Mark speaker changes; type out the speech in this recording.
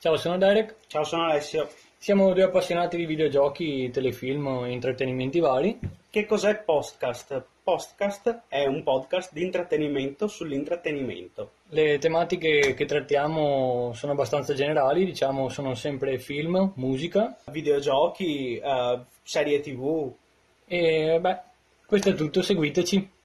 Speaker 1: Ciao, sono Derek.
Speaker 2: Ciao, sono Alessio.
Speaker 1: Siamo due appassionati di videogiochi, telefilm e intrattenimenti vari.
Speaker 2: Che cos'è Postcast? Postcast è un podcast di intrattenimento sull'intrattenimento.
Speaker 1: Le tematiche che trattiamo sono abbastanza generali, diciamo sono sempre film, musica
Speaker 2: Videogiochi, eh, serie tv,
Speaker 1: e beh, questo è tutto, seguiteci.